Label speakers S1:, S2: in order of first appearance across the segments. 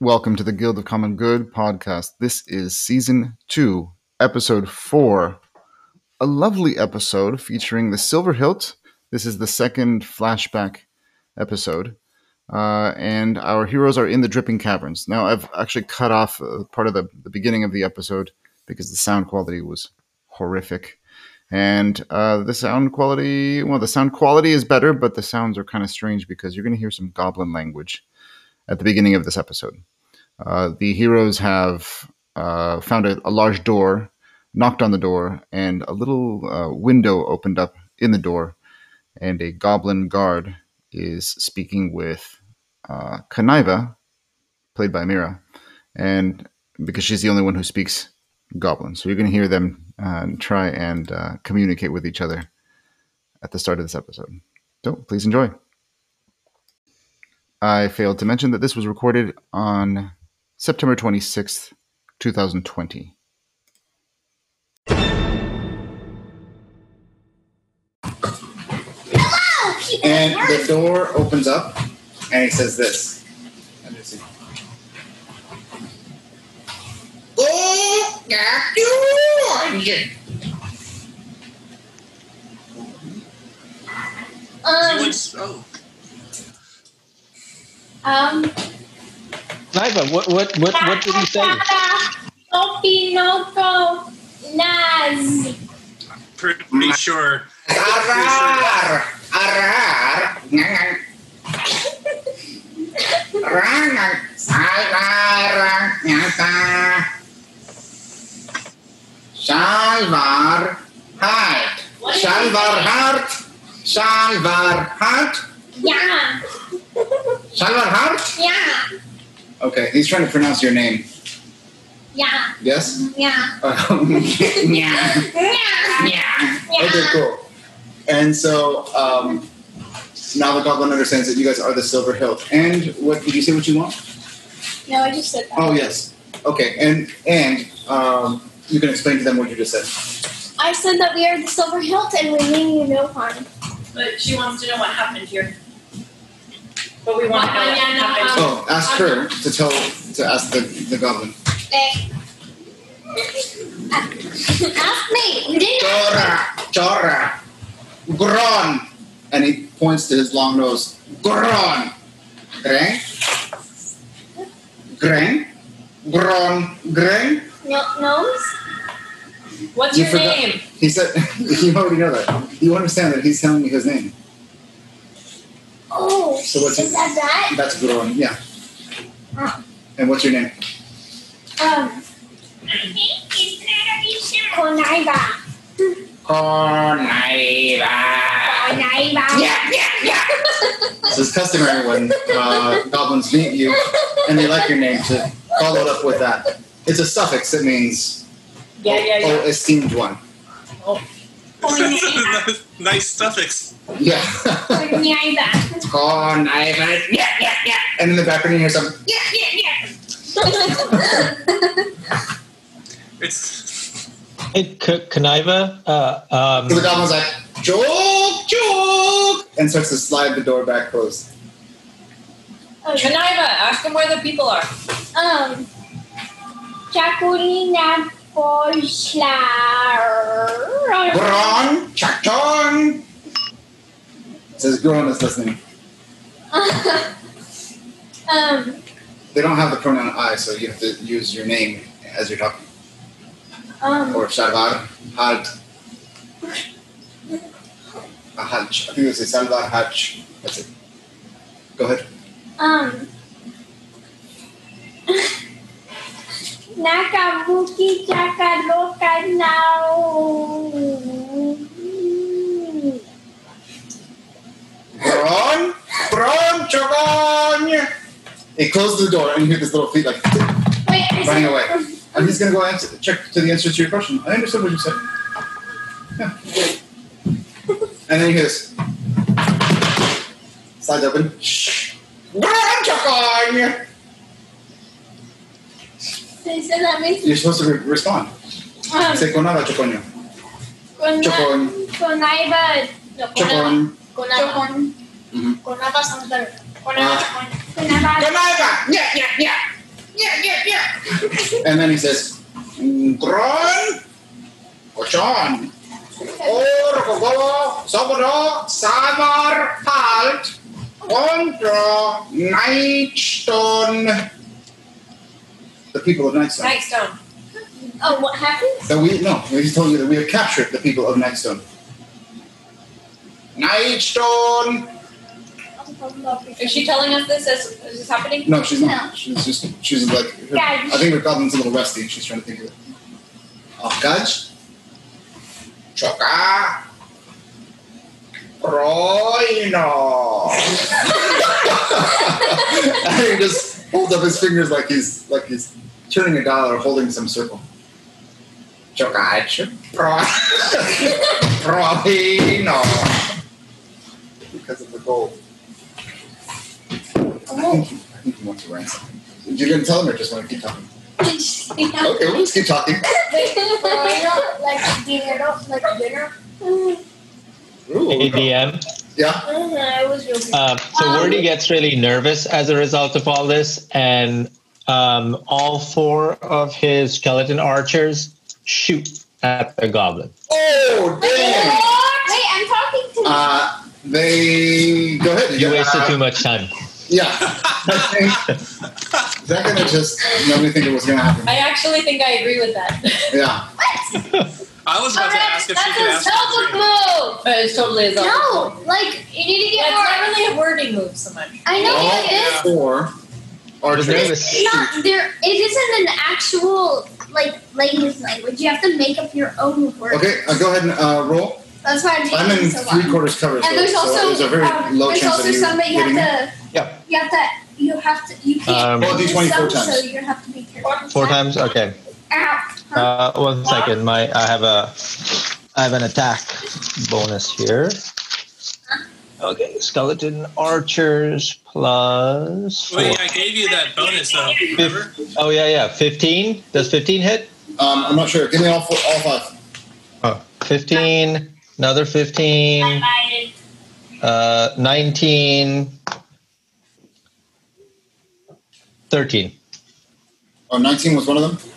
S1: Welcome to the Guild of Common Good podcast. This is season two, episode four. A lovely episode featuring the Silver Hilt. This is the second flashback episode. Uh, and our heroes are in the Dripping Caverns. Now, I've actually cut off uh, part of the, the beginning of the episode because the sound quality was horrific. And uh, the sound quality, well, the sound quality is better, but the sounds are kind of strange because you're going to hear some goblin language at the beginning of this episode. Uh, the heroes have uh, found a, a large door, knocked on the door, and a little uh, window opened up in the door, and a goblin guard is speaking with uh, Kanaiva, played by Mira, and because she's the only one who speaks goblin, so you're going to hear them uh, try and uh, communicate with each other at the start of this episode. So please enjoy. I failed to mention that this was recorded on September 26th, 2020. And the door opens up and it says this. Let me see.
S2: Oh, that door! Um,
S3: oh,
S2: um,
S4: Naiva, what what what what did he say?
S2: Sophie Nopo Naz.
S3: pretty sure.
S5: Arar! Arar! Ngan. Rangan. Salvar. Nyata. Salvar. Heart. Salvar heart. Salvar heart.
S2: Yeah,
S5: Salvar heart.
S2: yeah,
S5: Okay, he's trying to pronounce your name.
S2: yeah,
S5: Yes?
S2: yeah,
S5: Um, yeah.
S2: yeah,
S5: Yeah. Okay,
S2: yeah.
S5: cool. And so um, now the goblin understands that you guys are the Silver Hilt. And what did you say? What you want?
S2: No, I just said that.
S5: Oh yes. Okay. And and um, you can explain to them what you just said.
S2: I said that we are the Silver Hilt and we mean you no harm.
S6: But she wants to know what happened here. But we want to know what happened.
S5: Oh, ask her to tell to ask the, the goblin.
S2: Eh. Ask me. You didn't
S5: Chora, chora, gron, and he points to his long nose. Gron, gren, gren, gron, gren.
S2: No, gnomes?
S6: um, What's
S5: You
S6: your
S5: forgot-
S6: name?
S5: He said, "You already know that. You understand that he's telling you his name.
S2: Oh,
S5: So what's
S2: is
S5: it-
S2: that that?
S5: That's gron. Yeah.
S2: Ah.
S5: And what's your name?
S2: Um. Konaiba.
S5: Corniva."
S2: Konaiba.
S5: Yeah, yeah, yeah. so it's customary when uh, goblins meet you and they like your name to follow it up with that. It's a suffix. It means
S6: Yeah, yeah,
S5: oh,
S6: yeah.
S5: esteemed one.
S2: Konaiba.
S3: nice suffix.
S5: Yeah.
S2: Konaiba.
S5: Corniva. Yeah, yeah, yeah. And in the background you hear some.
S2: Yeah, yeah,
S3: It's
S4: Hey, K- Kaniva, uh,
S5: So the
S4: um,
S5: goblin's like joke, joke, and starts to slide the door back closed.
S2: yeah.
S6: Geneva, Oh, ask him where the people are.
S2: um. Jacqueline Boschler.
S5: Gron, chakton. Says Gron is listening.
S2: um.
S5: They don't have the pronoun I, so you have to use your name as you're talking.
S2: Um.
S5: or salvar halt. A hatch. I think it's a salvar hatch. That's it. Go ahead.
S2: Um. Nakabuki Chakadoka now.
S5: Bron! Bron! Chogon! It closed the door and you hear this little feet like.
S2: Wait, I
S5: Running
S2: said-
S5: away. I'm just gonna go answer, check to the answer to your question. I understood what you said. Yeah. And then he goes. Slides open. Shh. Bron! Chogon!
S2: They said that means
S5: You're supposed to re- respond.
S2: um,
S5: Say conada, chocoño.
S2: con,
S5: Chocon.
S2: con Aiba. No, con Aiba.
S5: Chocon.
S2: Con Aiba.
S5: Mhm.
S2: Con Aiba sounds better. Con
S5: Ah.
S2: Aiba. Con Aiba.
S5: Conada! Yeah, yeah, yeah! And then he says, Gran or Sean or Kogogo Sobodo Savar Halt Contra Nightstone. The people of Nightstone.
S6: Nightstone.
S2: Oh, what happened?
S5: That we no, we just told you that we have captured the people of Nightstone. Nightstone.
S6: Is she telling us this as is this happening?
S5: No, she's not. She's just she's like. her-
S2: Gudge.
S5: I think her goblin's a little rusty. and She's trying to think of it. Oh, Gudge. Choka. Roino. and he just holds up his fingers like he's like he's turning a dial or holding some circle. Choka. Pro. Robino. Because of the gold. I think you- I think you want to write something. You're going to tell them or just want to keep talking? Okay, we'll just keep talking.
S2: like dinner, like dinner.
S4: Hey,
S5: Ooh.
S4: DM.
S5: Yeah.
S2: I don't know. I was real good.
S4: Uh, so
S2: Um,
S4: Wordy gets really nervous as a result of all this, and um, all four of his skeleton archers shoot at the goblin.
S5: Oh, damn.
S2: Wait, I'm talking to
S5: Uh, they go ahead.
S4: You wasted
S5: uh,
S4: too much time.
S5: Yeah. Is that gonna just nobody think it was gonna happen?
S6: I actually think I agree with that.
S5: Yeah.
S3: I was about to ask if she could ask.
S6: that's a Zelda
S3: for
S6: move. It's totally a Zelda move.
S2: No, like you need to get
S6: That's
S2: more.
S6: not really a wording move so much.
S2: I know
S5: All
S2: it is.
S5: four
S4: I was
S5: archers.
S4: nervous.
S2: Not there. It isn't an actual like language language. You have to make up your own words.
S5: Okay, uh, go ahead and uh, roll.
S2: That's why I'm
S5: I'm
S2: taking
S5: in
S2: so long.
S5: three quarters cover, so,
S2: And there's
S5: so
S2: also
S5: there's a very
S2: um,
S5: low
S2: there's
S5: chance
S2: also
S5: of you
S2: some that you
S5: getting it.
S2: have to
S4: Yeah.
S2: you have to you have to you can't
S4: Um,
S5: Well,
S2: do
S5: these
S2: some,
S5: 24
S2: so
S5: times.
S2: you have to be careful.
S4: Four times. Okay.
S2: Ow. Huh?
S4: Uh, one second. My I have a I have an attack bonus here. Okay, skeleton archers plus.
S3: it. Wait,
S4: four.
S3: I gave you that bonus though. Remember?
S4: Oh yeah, yeah. Fifteen. Does fifteen hit?
S5: Um, I'm not sure. Give me all four, all five.
S4: Oh. Fifteen. Another fifteen. Uh, nineteen. Thirteen.
S5: Oh, 19 was one of them.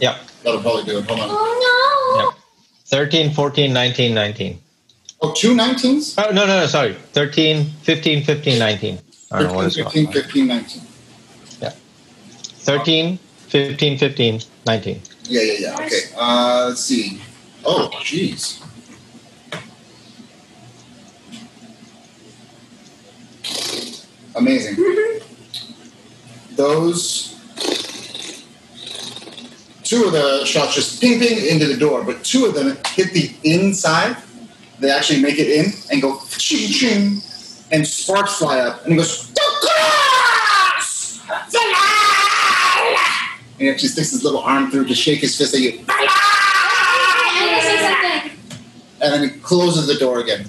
S4: Yeah.
S5: That'll probably do it. Hold on.
S2: Oh no.
S4: Yeah. 13, 14, 19, 19.
S5: Oh, two 19s?
S4: Oh, no, no, no, sorry. 13, 15, 15, 19. I don't know what
S5: 13,
S4: it's
S5: 15,
S4: called.
S5: 15, 19.
S4: 13, 15, 15, 19.
S5: Yeah, yeah, yeah. Okay. Uh, let's see. Oh, jeez. Amazing. Those two of the shots just ping ping into the door, but two of them hit the inside. They actually make it in and go ching ching, and sparks fly up, and it goes. "Douglas! Douglas!" And he actually sticks his little arm through to shake his fist at you.
S2: I'm gonna say something.
S5: And then he closes the door again.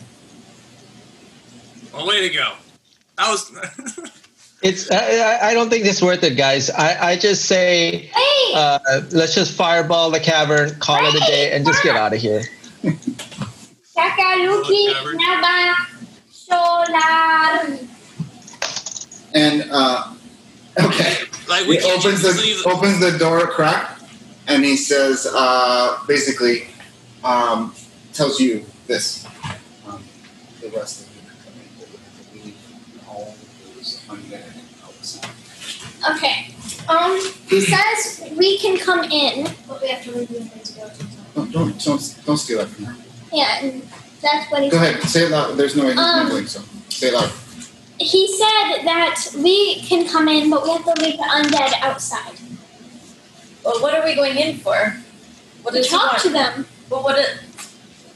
S3: Well, Oh, way to go. That was.
S4: It's. I, I- I don't think it's worth it, guys. I, I just say,
S2: Hey,
S4: uh, let's just fireball the cavern, call it a day, and just get out of here.
S2: Sakaruki
S3: Whatever.
S2: Naba Solar.
S5: And uh, okay,
S3: like we
S5: he
S3: can't
S5: opens
S3: just
S5: the
S3: leave.
S5: opens the door a crack, and he says, uh, basically, um, tells you this. Um, the rest of you can come in. The- the lead and all of those undead outside.
S2: Okay. Um, he says we can come in, but we have to review things.
S5: No, Oh, don't don't don't steal that from her.
S2: Yeah, and that's what he
S5: Go ahead, say it loud. There's no way he's
S2: Um,
S5: mumbling, so say it loud.
S2: He said that we can come in, but we have to leave the undead outside.
S6: Well, what are we going in for? What
S2: We
S6: is
S2: talk to them.
S6: Well, what? It,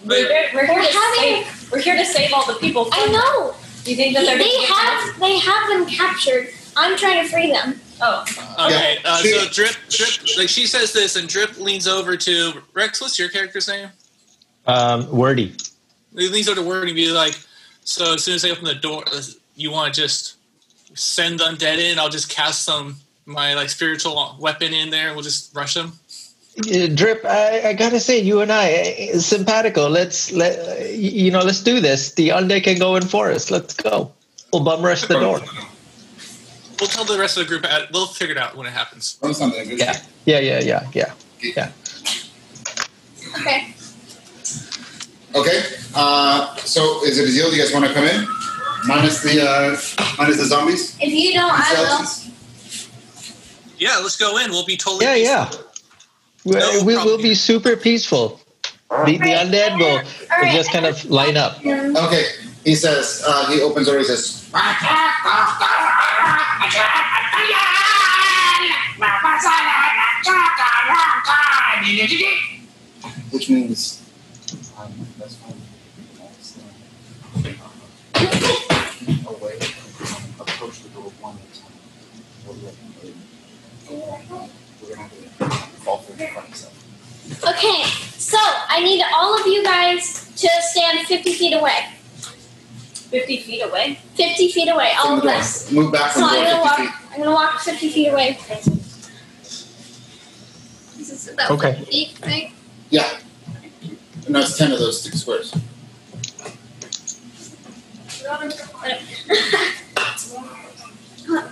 S6: we're, we're
S2: We're
S6: here to
S2: having-
S6: save. We're here to save all the people.
S2: I know
S6: Do you think that they're?
S2: they
S6: gonna get
S2: have they have them captured. I'm trying to free them.
S6: us? Oh,
S3: Okay, uh,
S5: She-
S3: so Drip, Drip, like she says this, and Drip leans over to Rex. What's your character's name?
S4: Um, wordy.
S3: He leans over to Word and be like, "So as soon as they open the door, uh, you want to just send the undead in? I'll just cast some my like spiritual weapon in there. and We'll just rush them."
S4: Uh, Drip, I, I gotta say, you and I, uh, simpatico. Let's let uh, y- you know. Let's do this. The undead can go in for us. Let's go. We'll bum rush the door.
S3: we'll tell the rest of the group. At, we'll figure it out when it happens.
S5: That was not that good.
S4: Yeah. Yeah, yeah, yeah, yeah.
S2: Okay.
S5: Okay. Uh, so is it a deal? Do you guys want to come in? Minus the uh, minus the zombies.
S2: If you don't, I will.
S3: Yeah, let's go in. We'll be totally.
S4: Yeah, yeah. We,
S3: No
S4: we will
S3: problem.
S4: be super peaceful. The, the undead will, will just kind of line up.
S2: Um,
S5: Okay. He says. Uh, he opens door. He says. Which means. um, that's fine. That's, uh, away. Approach the door one at a time. We'll let him in. We're gonna have to fall through in front of himself.
S2: Okay, so I need all of you guys to stand 50 feet away.
S6: 50 feet away.
S2: 50 feet away, all
S5: From
S2: of
S5: the door.
S2: us.
S5: Move back
S2: Oh, So
S5: from
S2: I'm
S5: the
S2: gonna
S5: door 50 feet.
S2: walk. I'm gonna walk 50 feet away. This is about
S4: Okay.
S2: 50 feet, right?
S5: Yeah. And that's ten of those six squares.
S2: Um,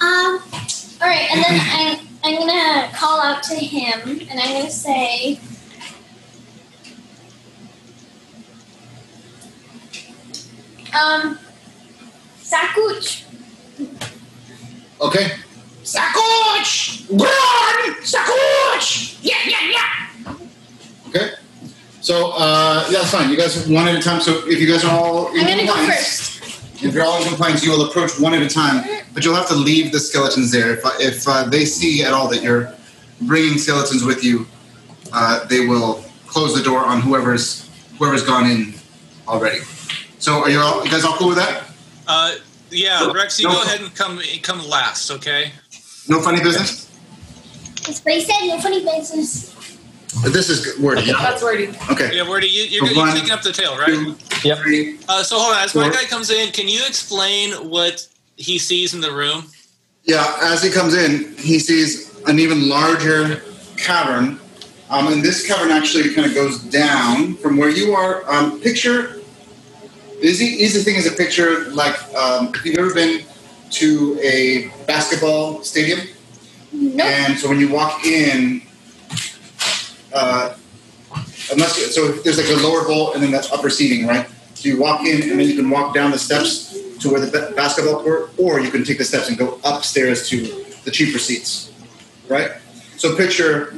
S2: all right, and then I'm, I'm gonna call out to him, and I'm gonna say, um, Sakuch,
S5: Okay. Sakoch! Run! Sakoch! Yeah, yeah, yeah! Okay. So, uh, yeah, that's fine. You guys, one at a time. So, if you guys are all in
S2: I'm gonna go
S5: compliance, if you're all in compliance, you will approach one at a time. But you'll have to leave the skeletons there. If, if uh, they see at all that you're bringing skeletons with you, uh, they will close the door on whoever's whoever's gone in already. So, are you all you guys all cool with that?
S3: Uh, yeah, Rexy,
S5: No.
S3: go ahead and come come last, okay?
S5: No funny business.
S2: That's what he said, no funny faces.
S5: This is wordy. yeah.
S6: That's wordy.
S5: Okay.
S3: Yeah, Wordy, you, you're,
S5: So
S3: you're
S5: one,
S3: taking up the tail,
S5: Two,
S3: right?
S4: Yep.
S5: three.
S3: Uh, so hold on, as my
S5: four.
S3: guy comes in, can you explain what he sees in the room?
S5: Yeah, as he comes in, he sees an even larger cavern. Um, and this cavern actually kind of goes down from where you are. Um, picture, the easy, easy thing is a picture like um, if you've ever been to a basketball stadium.
S2: Nope.
S5: And so when you walk in, uh, unless you, so there's like a lower bowl and then that's upper seating, right? So you walk in and then you can walk down the steps to where the ba- basketball court, or you can take the steps and go upstairs to the cheaper seats, right? So picture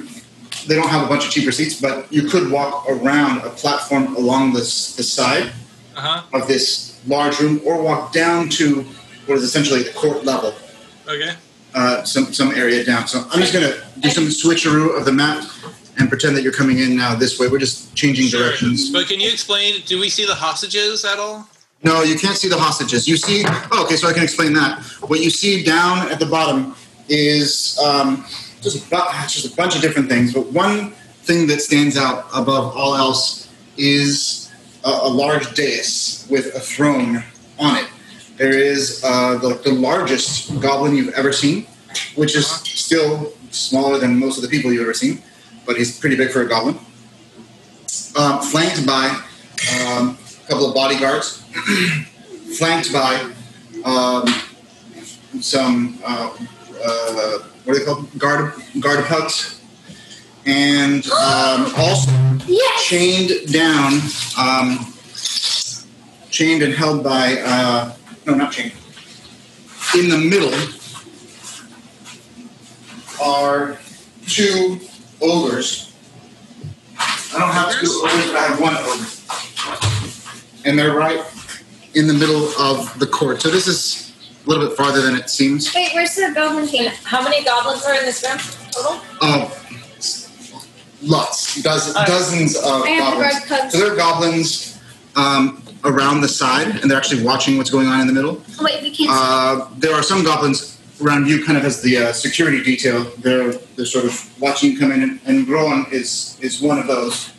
S5: they don't have a bunch of cheaper seats, but you could walk around a platform along the, s- the side
S3: Uh huh.
S5: of this large room, or walk down to what is essentially the court level
S3: Okay.
S5: uh, some some area down. So I'm just gonna do some switcheroo of the map and pretend that you're coming in now this way. We're just changing
S3: Sure.
S5: directions.
S3: But can you explain? Do we see the hostages at all?
S5: No, you can't see the hostages. You see. Oh, okay, so I can explain that. What you see down at the bottom is um, just a, bu- just a bunch of different things, but one thing that stands out above all else is a, a large dais with a throne on it. There is uh, the, the largest goblin you've ever seen, which is still smaller than most of the people you've ever seen, but he's pretty big for a goblin. Um, flanked by um, a couple of bodyguards, flanked by um, some uh, uh, what are they called? Guard guard pugs, and um, also
S2: Yes!
S5: chained down, um, chained and held by, uh, no, not chained. In the middle are two ogres. I don't have two ogres, but I have one ogre. And they're right in the middle of the court. So this is a little bit farther than it seems.
S2: Wait, where's the goblin
S6: And
S2: king?
S6: how many goblins are in this room total?
S5: Uh, lots, dozens,
S6: Alright.
S5: dozens of
S2: Uh, I have the
S5: goblins.
S2: guard pugs.
S5: So there are goblins um, around the side, and they're actually watching what's going on in the middle.
S2: Oh, Wait, we can't.
S5: Uh, there are some goblins around you, kind of as the uh, security detail. They're they're sort of watching you come in, and, and Groen is is one of those.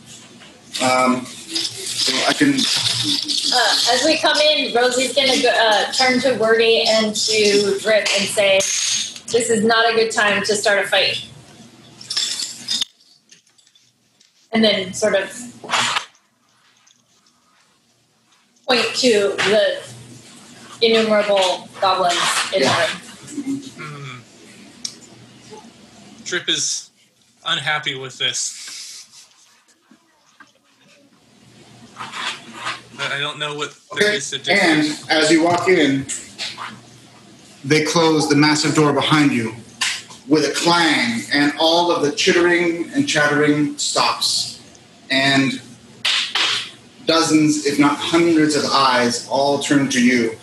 S5: Um, so I can.
S7: Uh, as we come in, Rosie's gonna go, uh, turn to Wordy and to Drip and say, "This is not a good time to start a fight." And then sort of point to the innumerable goblins in the room.
S3: Hmm. Drip is unhappy with this. But I don't know what there
S5: Okay.
S3: is to do.
S5: And as you walk in, they close the massive door behind you with a clang, and all of the chittering and chattering stops. And dozens, if not hundreds, of eyes all turn to you.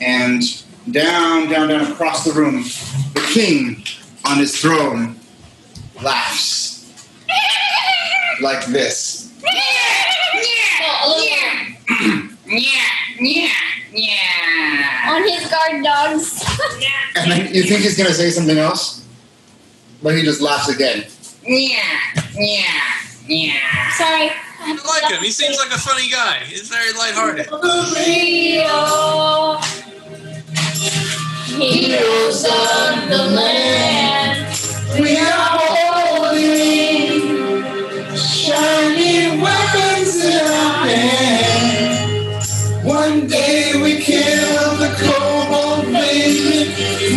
S5: And down, down, down across the room, the king on his throne laughs like this.
S7: No, a little
S2: On his guard dogs.
S5: And then you think he's gonna say something else, but he just laughs again.
S2: Sorry.
S3: I like him. He seems like a funny guy. He's very lighthearted.
S7: Rio. Heroes of the land.
S5: We are holding shiny weapons in our hand. One day we kill the kobold baby.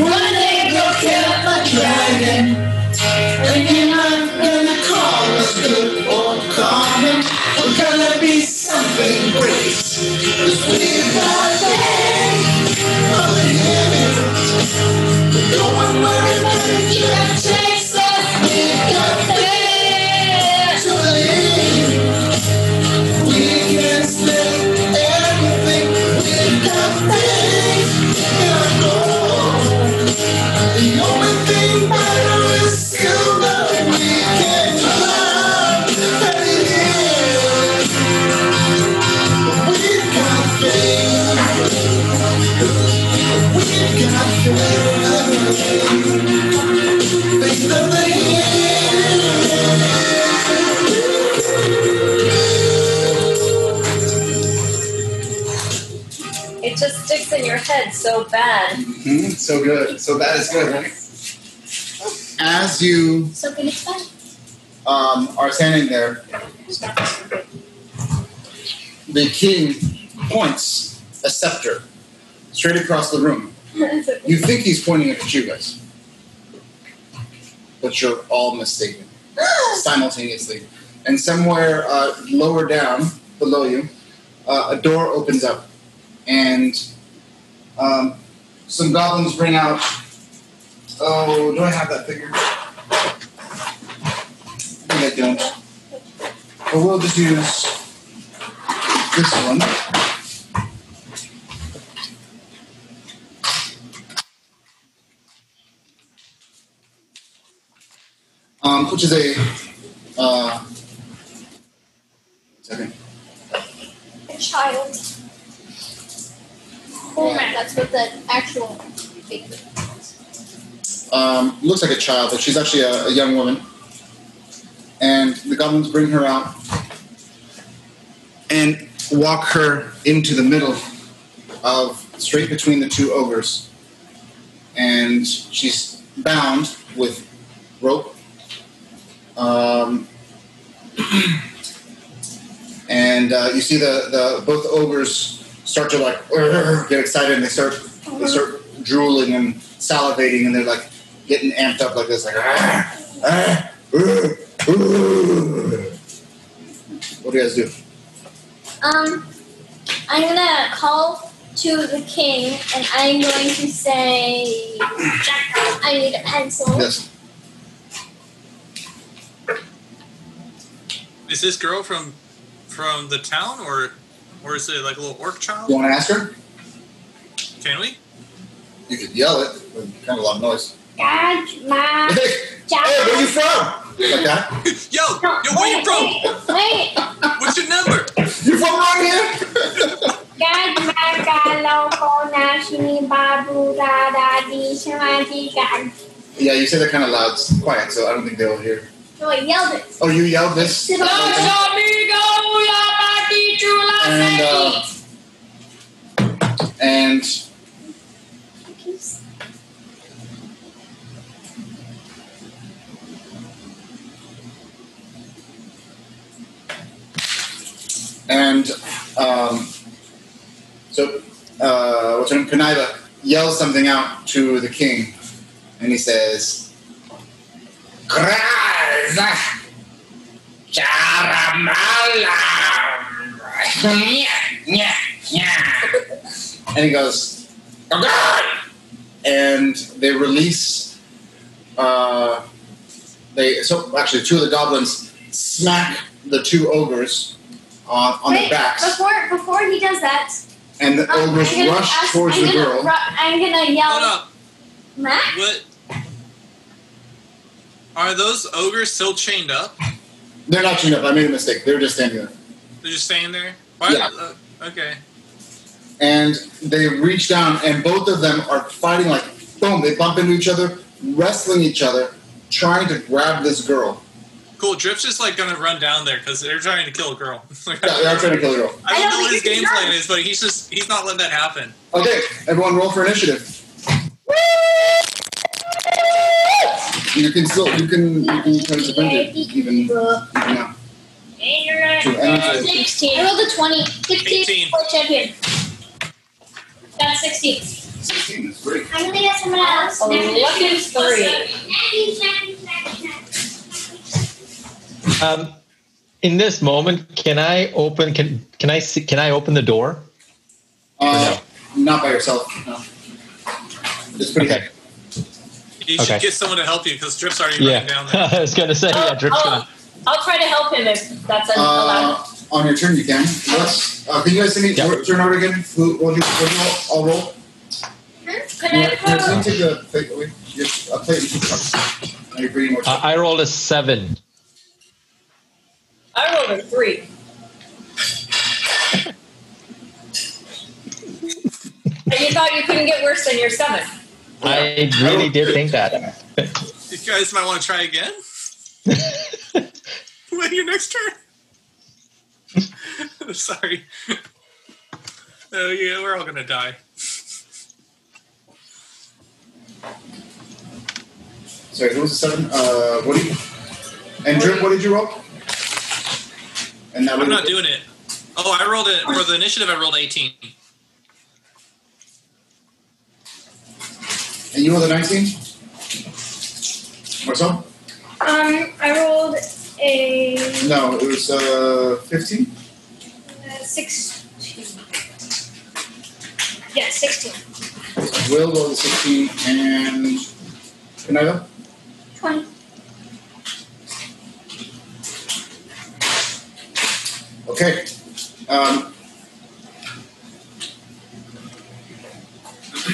S5: One day we'll kill the dragon. And you're not gonna call us good or common. We're gonna be something great. 'Cause we've got the hand of the enemy. Don't worry about it, you have chased us. We've got the hand to the enemy. We can spend everything. We've got faith in our goal. The only thing better is silver. We can climb that it is. We've got faith. We've got
S7: It just sticks in your head so bad.
S5: Mhm, so good. So that is good. As you
S2: So good it's fun.
S5: um, are standing there, the king points a scepter straight across the room. You think he's pointing it at you guys, but you're all mistaken simultaneously. And somewhere uh, lower down, below you, uh, a door opens up, and um, some goblins bring out. Oh, do I have that figure? I think I don't. But we'll just use this one. Um, which is a uh, second.
S2: A child. Oh man, that's what the actual figure is.
S5: um, looks like a child, but she's actually a, a young woman. And the goblins bring her out and walk her into the middle of straight between the two ogres. And she's bound with rope. Um, and uh, you see the, the both ogres start to like get excited and they start they start drooling and salivating and they're like getting amped up like this, like, "Ah, ah, ooh, ooh." what do you guys do?
S2: Um, I'm gonna call to the king and I'm going to say, Jack, I need a pencil.
S5: Yes.
S3: Is this girl from from the town or or is it like a little orc
S5: You
S3: child?
S5: want to ask her?
S3: Can we?
S5: You could yell it. but it's Kind of a lot of noise.
S2: Dad, Ma,
S5: Hey,
S2: Jack.
S5: hey, where you from? Like that?
S3: Yo, yo, where you from?
S2: Wait,
S3: What's your number?
S5: You from around here?
S2: Dad, Ma, Galo, Kona, Shini, Babu, Da, Da, Di, Shema, Di, Gad.
S5: yeah, you said that kind of loud, It's quiet, so I don't think they'll hear.
S2: No, I yelled it.
S5: Oh, you yelled this?
S2: Los
S5: And, uh, and And um, so, uh, what's her name? Kaniva yells something out to the king, and he says, Graz. Charamalam. Nyah, nyah, nyah. And he goes, "Oh, God!" And they release. Uh, they so actually two of the goblins smack the two ogres on, on their
S2: Wait,
S5: backs,
S2: before before he does that,
S5: and the
S2: um,
S5: ogres
S2: I'm gonna
S5: rush
S2: ask-
S5: towards
S2: I'm
S5: the
S2: gonna
S5: girl.
S2: ru- I'm gonna
S3: Hold
S2: yell,
S3: up.
S2: Max.
S3: What? Are those ogres still chained up?
S5: They're not tuned up. I made a mistake. They're just standing there.
S3: They're just staying there? Why-
S5: Yeah.
S3: uh, okay.
S5: and they reach down, and both of them are fighting like boom. They bump into each other, wrestling each other, trying to grab this girl.
S3: Cool. Drip's just like gonna run down there because they're trying to kill a girl. Like,
S5: Yeah, they are trying to kill the girl.
S3: I
S2: I don't
S3: don't know what his
S2: think he
S3: game
S2: can
S3: plan
S2: run.
S3: is, but he's just he's not letting that happen.
S5: Okay, everyone, roll for initiative. You can still you can you can try to defend it even even now. Two, and two.
S2: 16. I rolled a 20. 16
S3: 18.
S2: for champion.
S7: Got 16.
S5: Sixteen is great.
S2: I'm gonna get someone else.
S7: Eleven three.
S4: Um, in this moment, can I open? Can can I see, can I open the door?
S5: Uh, not by yourself. No. It's pretty
S4: Okay.
S5: heavy.
S3: You
S4: Okay.
S3: should get someone to help you because Drip's already
S4: Yeah,
S3: running down there.
S4: I was gonna say yeah. Drip's
S7: I'll,
S6: Oh,
S4: gonna.
S7: I'll try to help him if that's allowed.
S5: Uh, on your turn, you can. Yes. Uh, can you guys see me
S4: Yeah.
S5: your turn order again? Who, what do you, what do you all, all roll?
S7: Could I
S5: Yeah, let's
S7: have,
S5: take a plate. We just a plate. and two cups. Now you're bringing more stuff.
S4: I I rolled a seven.
S7: I rolled a three. and you thought you couldn't get worse than your seven.
S4: I really did think that.
S3: You guys might want to try again. Wait, your next turn. I'm sorry. Oh yeah, we're all gonna die.
S5: Sorry, who was the seven? Uh, Woody. And Drip, what did you roll? And that
S3: I'm not doing it. Oh, I rolled it for the initiative. I rolled 18.
S5: And you rolled a nineteen. What's up?
S2: Um, I rolled a
S5: No, it was uh fifteen.
S2: uh, 16. Yeah, 16.
S5: Will rolled a sixteen, and Canada.
S2: 20.
S5: Okay. Um,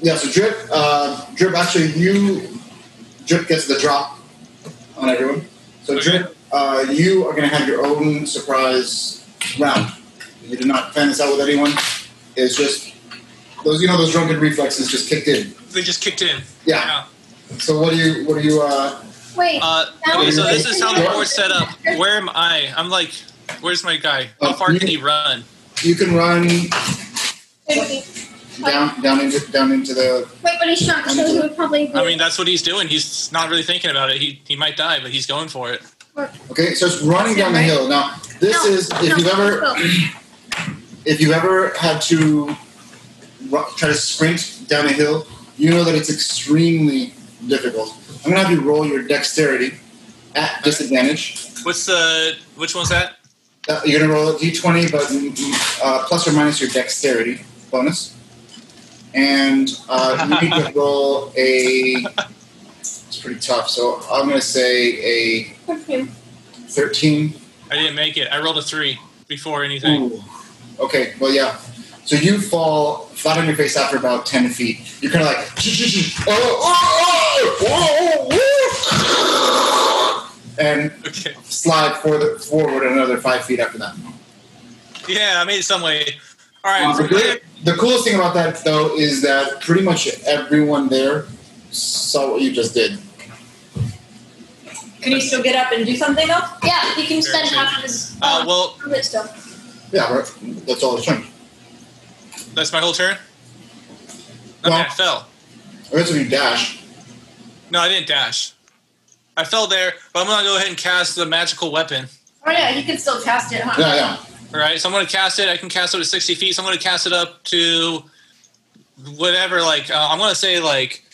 S5: yeah, so Drip, uh, Drip, actually, you, Drip gets the drop on everyone. So,
S3: Okay.
S5: Drip, uh, you are going to have your own surprise round. You did not plan this out with anyone. It's just, those, you know, those drunken reflexes just kicked in.
S3: They just kicked in.
S5: Yeah. So, what do you, what do you, uh,
S2: Wait.
S3: Uh, okay, so this is how the board's set up. Where am I? I'm like, where's my guy? How far can he run?
S5: you can run
S2: Wait,
S5: down, down into, down into the,
S2: but he's shrunk, so he would probably.
S3: I mean, that's what he's doing. He's not really thinking about it. He he might die, but he's going for it.
S5: okay, so it's running down the hill. Now, this
S2: No,
S5: is, if
S2: no,
S5: you've ever,
S2: go.
S5: if you ever had to ru- try to sprint down a hill, you know that it's extremely difficult. I'm gonna have you roll your dexterity at disadvantage.
S3: What's the which one's that?
S5: Uh, you're gonna roll a d20, but mm, uh, plus or minus your dexterity bonus, and uh, you need to roll a. It's pretty tough, so I'm gonna say a 13.
S3: I didn't make it. I rolled a three before anything.
S5: Ooh. Okay, well, yeah. So you fall flat on your face after about 10 feet. You're kind of like, oh, oh, oh, oh, oh, oh," and
S3: Okay.
S5: slide forward, forward another five feet after that.
S3: Yeah, I made it some way. All
S5: Uh, the,
S3: right.
S5: great- the coolest thing about that, though, is that pretty much everyone there saw what you just did.
S6: Can you still get up and do something though?
S2: Yeah, he can spend half of his.
S3: Uh, well,
S2: of his stuff.
S5: Yeah, right. that's all it's trying.
S3: that's my whole turn. Okay,
S5: Well-
S3: I fell.
S5: The rest of you dash.
S3: No, I didn't dash. I fell there, but I'm gonna go ahead and cast the magical weapon.
S6: Oh yeah, he can still cast it, huh?
S5: Yeah, yeah.
S3: All right, so I'm gonna cast it. I can cast it at 60 feet. So I'm gonna cast it up to whatever. Like uh, I'm gonna say like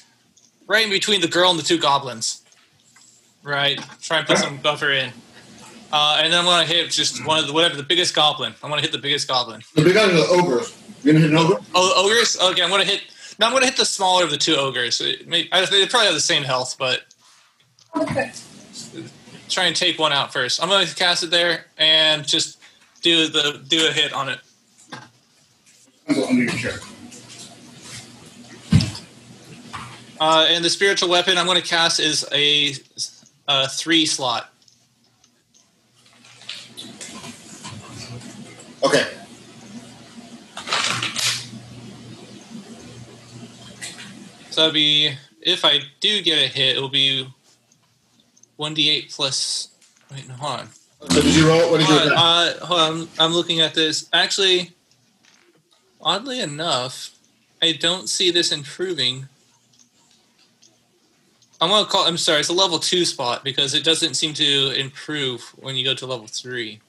S3: right in between the girl and the two goblins. right? Try and put some buffer in. Uh, and then I'm gonna hit just one of the whatever the biggest goblin. I'm gonna hit the biggest goblin.
S5: The big guy is an ogre. You gonna hit an ogre?
S3: Oh, ogres. Okay, I'm gonna hit. No, I'm gonna hit the smaller of the two ogres. It may, I, they probably have the same health, but
S2: Okay.
S3: try and take one out first. I'm gonna cast it there and just do the do a hit on it.
S5: Go under your chair.
S3: Uh, and the spiritual weapon I'm gonna cast is a, a three slot.
S5: Okay.
S3: So that'd be if I do get a hit, it'll be one d8 plus. Wait, no, hold on.
S5: So did you roll? What did you
S3: Hold on,
S5: roll?
S3: uh, hold on, I'm, I'm looking at this. Actually, oddly enough, I don't see this improving. I'm gonna call. I'm sorry. It's a level two spot because it doesn't seem to improve when you go to level three.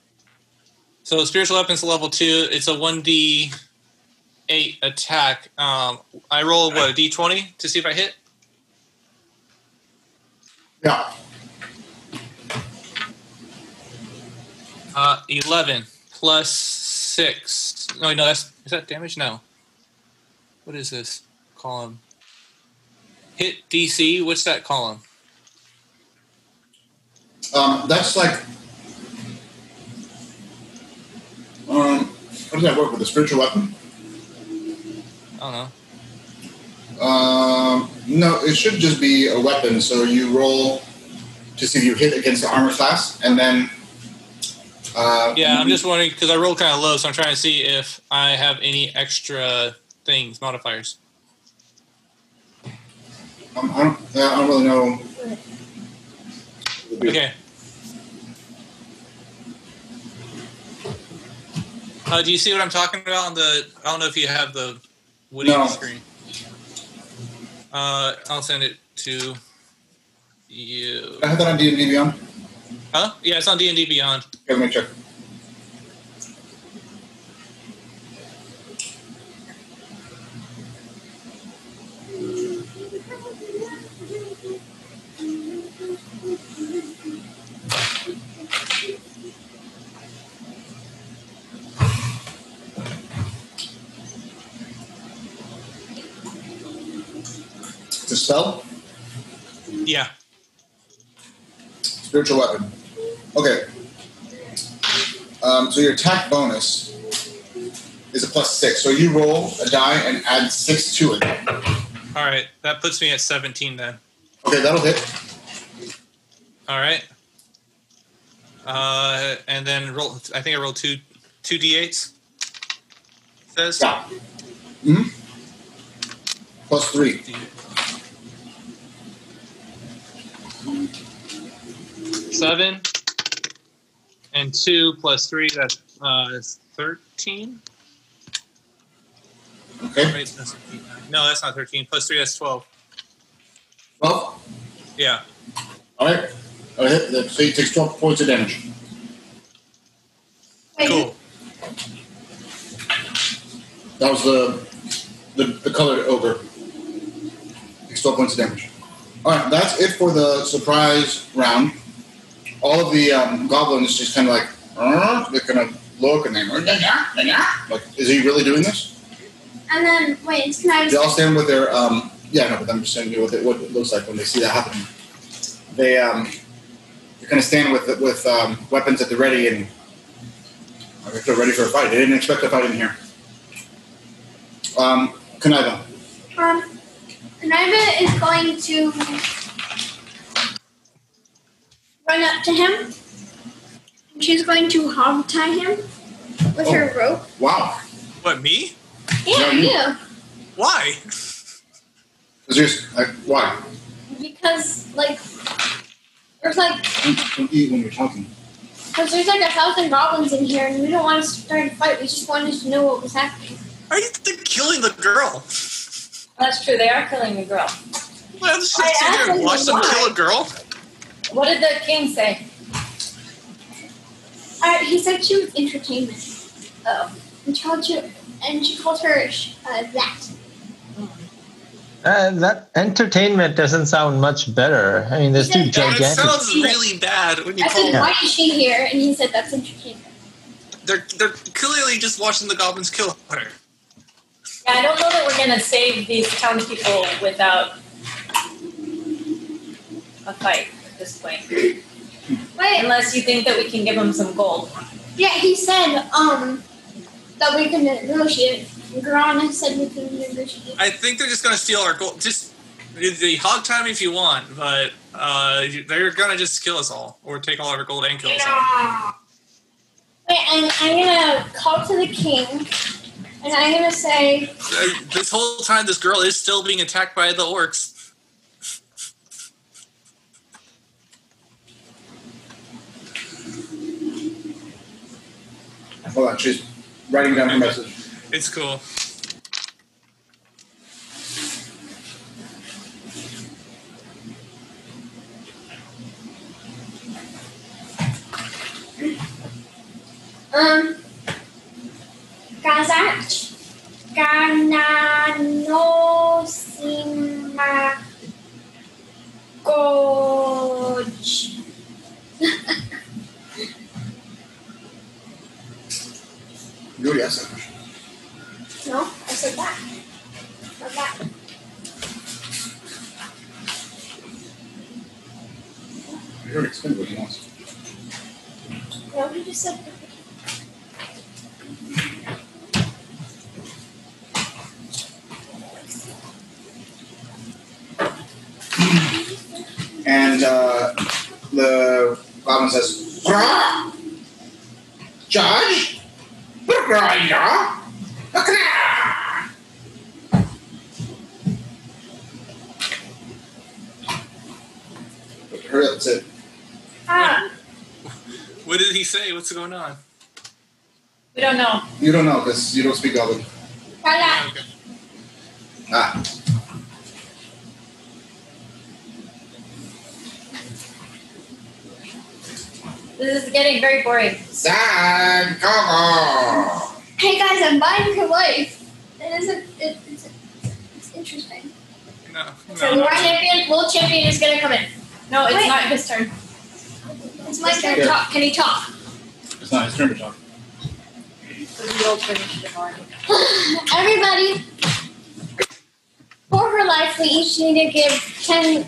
S3: So spiritual weapons level two. It's a one d eight attack. Um, I roll what a d twenty to see if I hit.
S5: yeah.
S3: Uh, eleven plus six. No, no, that's is that damage? No. What is this column? Hit DC. What's that column?
S5: Um, that's like. Um, how does that work with a spiritual weapon?
S3: I don't know.
S5: Um, no, it should just be a weapon. So you roll to see if you hit against the armor class, and then. Uh,
S3: Yeah, I'm just wondering because I rolled kind of low, so I'm trying to see if I have any extra things modifiers.
S5: I'm, I, don't, yeah, I don't really know.
S3: Okay. Uh, do you see what I'm talking about on the? I don't know if you have the Woody
S5: No.
S3: screen. Uh, I'll send it to you.
S5: I had that on D and D Beyond.
S3: Huh? Yeah, it's on D and D Beyond.
S5: Okay, let me check. It's a spell?
S3: Yeah.
S5: Spiritual weapon. Okay. Um, so your attack bonus is a plus six. So you roll a die and add six to it.
S3: All right, that puts me at 17 then.
S5: Okay, that'll hit.
S3: All right. Uh, and then roll. I think I rolled two two d8s. Says.
S5: Yeah. hmm Plus three.
S3: seven and two plus three that's uh 13
S5: Okay.
S3: Wait, that's- no that's not 13 plus three that's 12
S5: Twelve.
S3: yeah
S5: All right. All right. that- So he takes twelve points of damage.
S2: Wait,
S3: cool
S5: That was the the, the colored ogre. Takes twelve points of damage. All right. That's it for the surprise round. All of the um, goblins just kind of like "Uh," they kind of look and they like, is he really doing this?
S2: And then wait, it's not.
S5: They all stand with their um yeah, no, but I'm just showing you what, it what it looks like when they see that happen. They um they're gonna stand with with um, weapons at the ready and I guess they're ready for a fight. They didn't expect a fight in here. Um Kaniva.
S2: Um, Niva is going to run up to him. She's going to hog tie him with her rope.
S5: Wow.
S3: what me
S2: Yeah,
S5: you-
S2: you.
S3: why
S5: Is yours like why?
S7: Because like
S2: There's like,
S5: Don't, don't eat when you're talking.
S2: cause there's like a thousand goblins in here, and we don't want to start a fight. We just wanted to know what was happening.
S3: are you th- killing the girl
S7: that's true. They are killing the girl.
S3: Well, i'm just
S7: I
S3: gonna sit here
S7: asked
S3: and
S7: him
S3: watch them
S7: why.
S3: kill a girl
S7: What did the king say?
S2: Uh, he said she was entertainment.
S7: Oh,
S2: And she called you, and she called her sh- uh, that.
S4: Uh, that entertainment doesn't sound much better. I mean, there's two
S3: And it
S4: gigantic.
S3: sounds really bad when you
S2: I
S3: call
S2: said,
S3: them.
S2: why is she here? And he said, that's entertainment.
S3: They're, they're clearly just watching the goblins kill her.
S6: Yeah, I don't know that we're gonna save these townspeople without a fight at this point.
S2: Wait,
S6: Unless you think that we can give them some gold.
S2: yeah, he said, um, that we can negotiate. Grana said we can negotiate.
S3: I think they're just gonna steal our gold. Just the- the hog time if you want, but uh, they're gonna just kill us all or take all of our gold and kill us all.
S2: Wait, and I'm gonna call to the king, and I'm gonna say,
S3: Uh, This whole time, this girl is still being attacked by the orcs.
S5: Hold on, she's writing down her message.
S3: It's cool.
S2: um, Kazach, Ganano Sima Goj.
S5: You already asked that question.
S2: No, I said that. Not that.
S5: You already explained what he wants.
S2: No, he just said.
S5: And uh, the goblin says, "Grah? Judge? Grah-grah-yah? Grah-grah." Hurry up, that's it.
S2: Ah,
S3: What did he say? What's going on?
S6: We don't know.
S5: You don't know because you don't speak goblin.
S2: Kazach.
S3: Okay.
S5: Ah.
S6: This is getting very boring.
S5: Zag Gogo!
S2: Hey guys, I'm buying your life. It is a, it, it's, a, it's interesting.
S3: No,
S2: So
S3: no,
S2: we're
S3: no.
S2: on
S6: Champion, world champion is gonna come in. No, it's
S2: Wait.
S6: not his turn.
S2: It's my turn to talk. Can he talk?
S5: It's not his turn to talk.
S2: Everybody, for her life, we each need to give 10.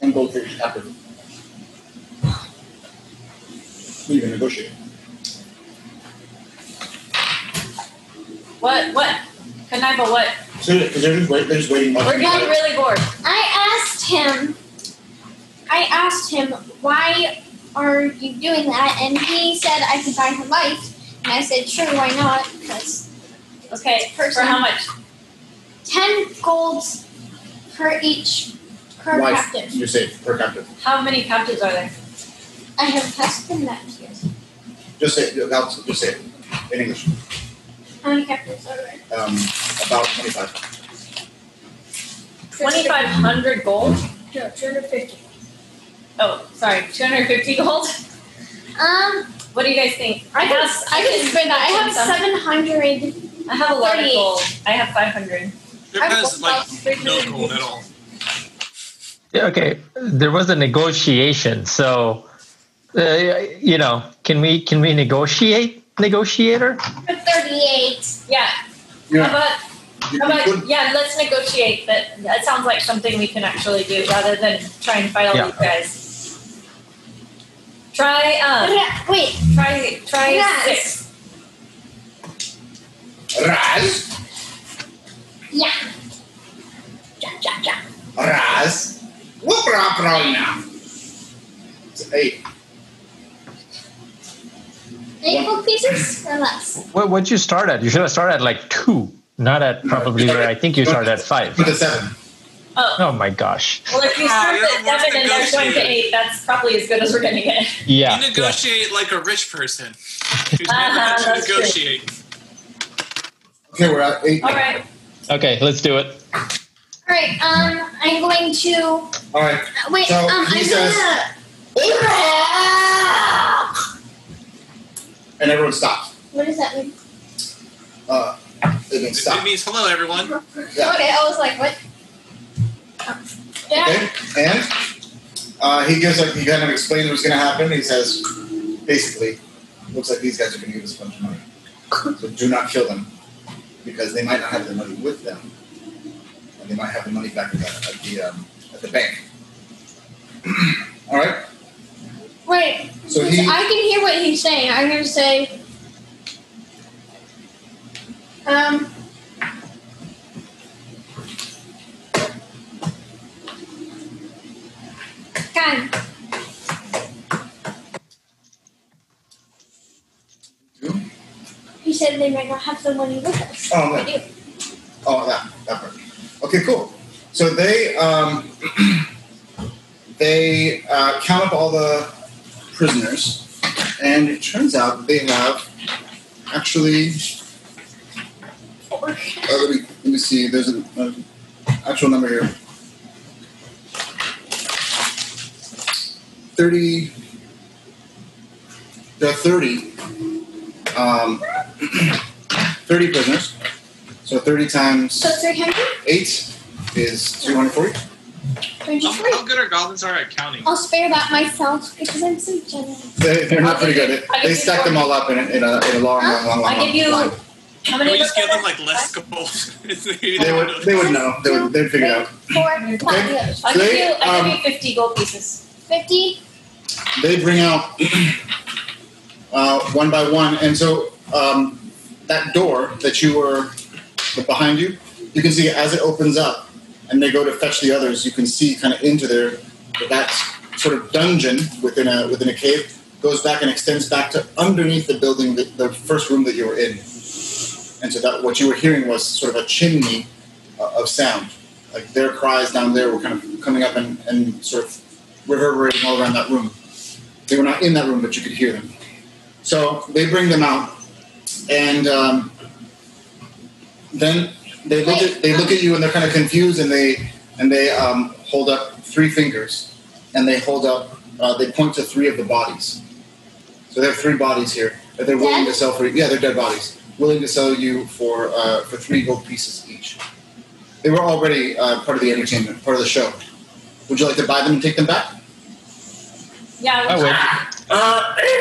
S5: And go for each effort. We can negotiate.
S6: What? What? Conniva, what?
S5: So, because they're just, wait, they're just waiting.
S6: We're getting really bored.
S2: I asked him, I asked him, why are you doing that? And he said I could buy her life. And I said, sure, why not? Because
S6: Okay, for
S2: Person.
S6: how much?
S2: 10 golds per each, per
S5: Life,
S2: captive.
S5: you say, per captive.
S6: How many captives are there?
S2: I have custom that here.
S5: Just say, it, that's- just say it in English.
S2: How many captives are there?
S5: Um, about 25.
S6: Twenty-five hundred gold.
S2: No, 250.
S6: Oh, sorry, two hundred fifty gold.
S2: Um,
S6: What do you guys think?
S2: I can, I can spend that. I have
S6: some.
S2: 700.
S6: I have a lot of
S2: 38.
S6: gold. I have five hundred.
S3: There
S2: I'm
S3: has like no
S2: 1,300.
S3: gold at all.
S4: Yeah, okay, there was a negotiation, so uh, you know, can we can we negotiate? Negotiator?
S2: 38.
S6: Yeah.
S5: Yeah.
S6: How about
S5: You
S6: how
S5: could-
S6: about yeah? Let's negotiate. That that sounds like something we can actually do rather than try and fight all
S4: Yeah.
S6: these guys. Try um.
S2: Ra- Wait,
S6: Try try
S2: Yes.
S6: six.
S5: Raz,
S2: yeah. Ja, ja, ja.
S5: Raz, Wukraproina. It's eight.
S2: Eight gold pieces or less?
S4: What what'd you start at? You should have started at like two, not at probably where I think you started at five.
S5: Put the seven.
S4: Oh my gosh.
S6: Well, if we start
S3: Yeah,
S6: at
S3: let's
S6: seven and they're going to
S3: negotiate.
S6: eight, that's probably as good as we're going to get.
S4: Yeah.
S3: you
S4: yeah.
S3: negotiate like a rich person. Who's
S6: Uh-huh,
S3: never had to
S6: that's true.
S3: negotiate.
S5: Okay, we're at eight.
S6: All right.
S4: Okay, let's do it.
S2: Alright, um, I'm going to.
S5: All right.
S2: Wait,
S5: So,
S2: um, I'm
S5: he says-
S2: gonna.
S5: And everyone stops.
S2: What does that mean?
S5: Uh, It didn't
S3: It
S5: stop.
S3: means hello, everyone.
S5: Yeah.
S2: Okay, I was like, what?
S5: Okay, and uh, he gives like he kind of explains what's gonna happen. He says, basically, looks like these guys are gonna give us a bunch of money. So do not kill them because they might not have the money with them, and they might have the money back at the at the, um, at the bank. All right.
S2: Wait,
S5: So
S2: since
S5: he-
S2: I can hear what he's saying. I'm gonna say, um, can
S5: You?
S2: he said they might not have the money with us.
S5: Oh, no.
S2: I do.
S5: Oh, that that part. Okay, cool. So they um, they uh, count up all the prisoners, and it turns out that they have actually. Uh, let, me, let me see. There's an uh, actual number here. Thirty. There are thirty. Um, thirty prisoners. So thirty times
S2: So 300,
S5: Eight is 240.
S3: How,
S2: 23.
S3: how good are goblins are at counting?
S2: I'll spare that myself because I'm so generous.
S5: They, they're not pretty good. They-
S7: I
S5: They
S7: give you
S5: stack them all up in a, in a, in a long, long, long, long,
S7: I give you
S5: line.
S7: how
S3: Can
S7: many?
S3: we just give them like
S7: less.
S3: less gold?
S5: They would, they would know. They would, they'd figure it out.
S2: Four, five,
S5: Okay.
S2: others.
S7: I'll give you. I
S5: They,
S7: give you fifty gold pieces.
S2: 50.
S5: They bring out uh, one by one, and so um, that door that you were that behind you, you can see as it opens up, and they go to fetch the others. You can see kind of into their that sort of dungeon within a within a cave goes back and extends back to underneath the building, that, the first room that you were in. And so that what you were hearing was sort of a chimney uh, of sound, like their cries down there were kind of coming up and, and sort of reverberating all around that room. They were not in that room, but you could hear them. So they bring them out, and um, then they look at they look at you, and they're kind of confused, and they and they um, hold up three fingers, and they hold up uh, they point to three of the bodies. So they have three bodies here that they're willing to
S2: Dead?
S5: sell for. Yeah, they're dead bodies, willing to sell you for uh, for three gold pieces each. They were already uh, part of the entertainment, part of the show. Would you like to buy them and take them back?
S7: Yeah.
S4: I would.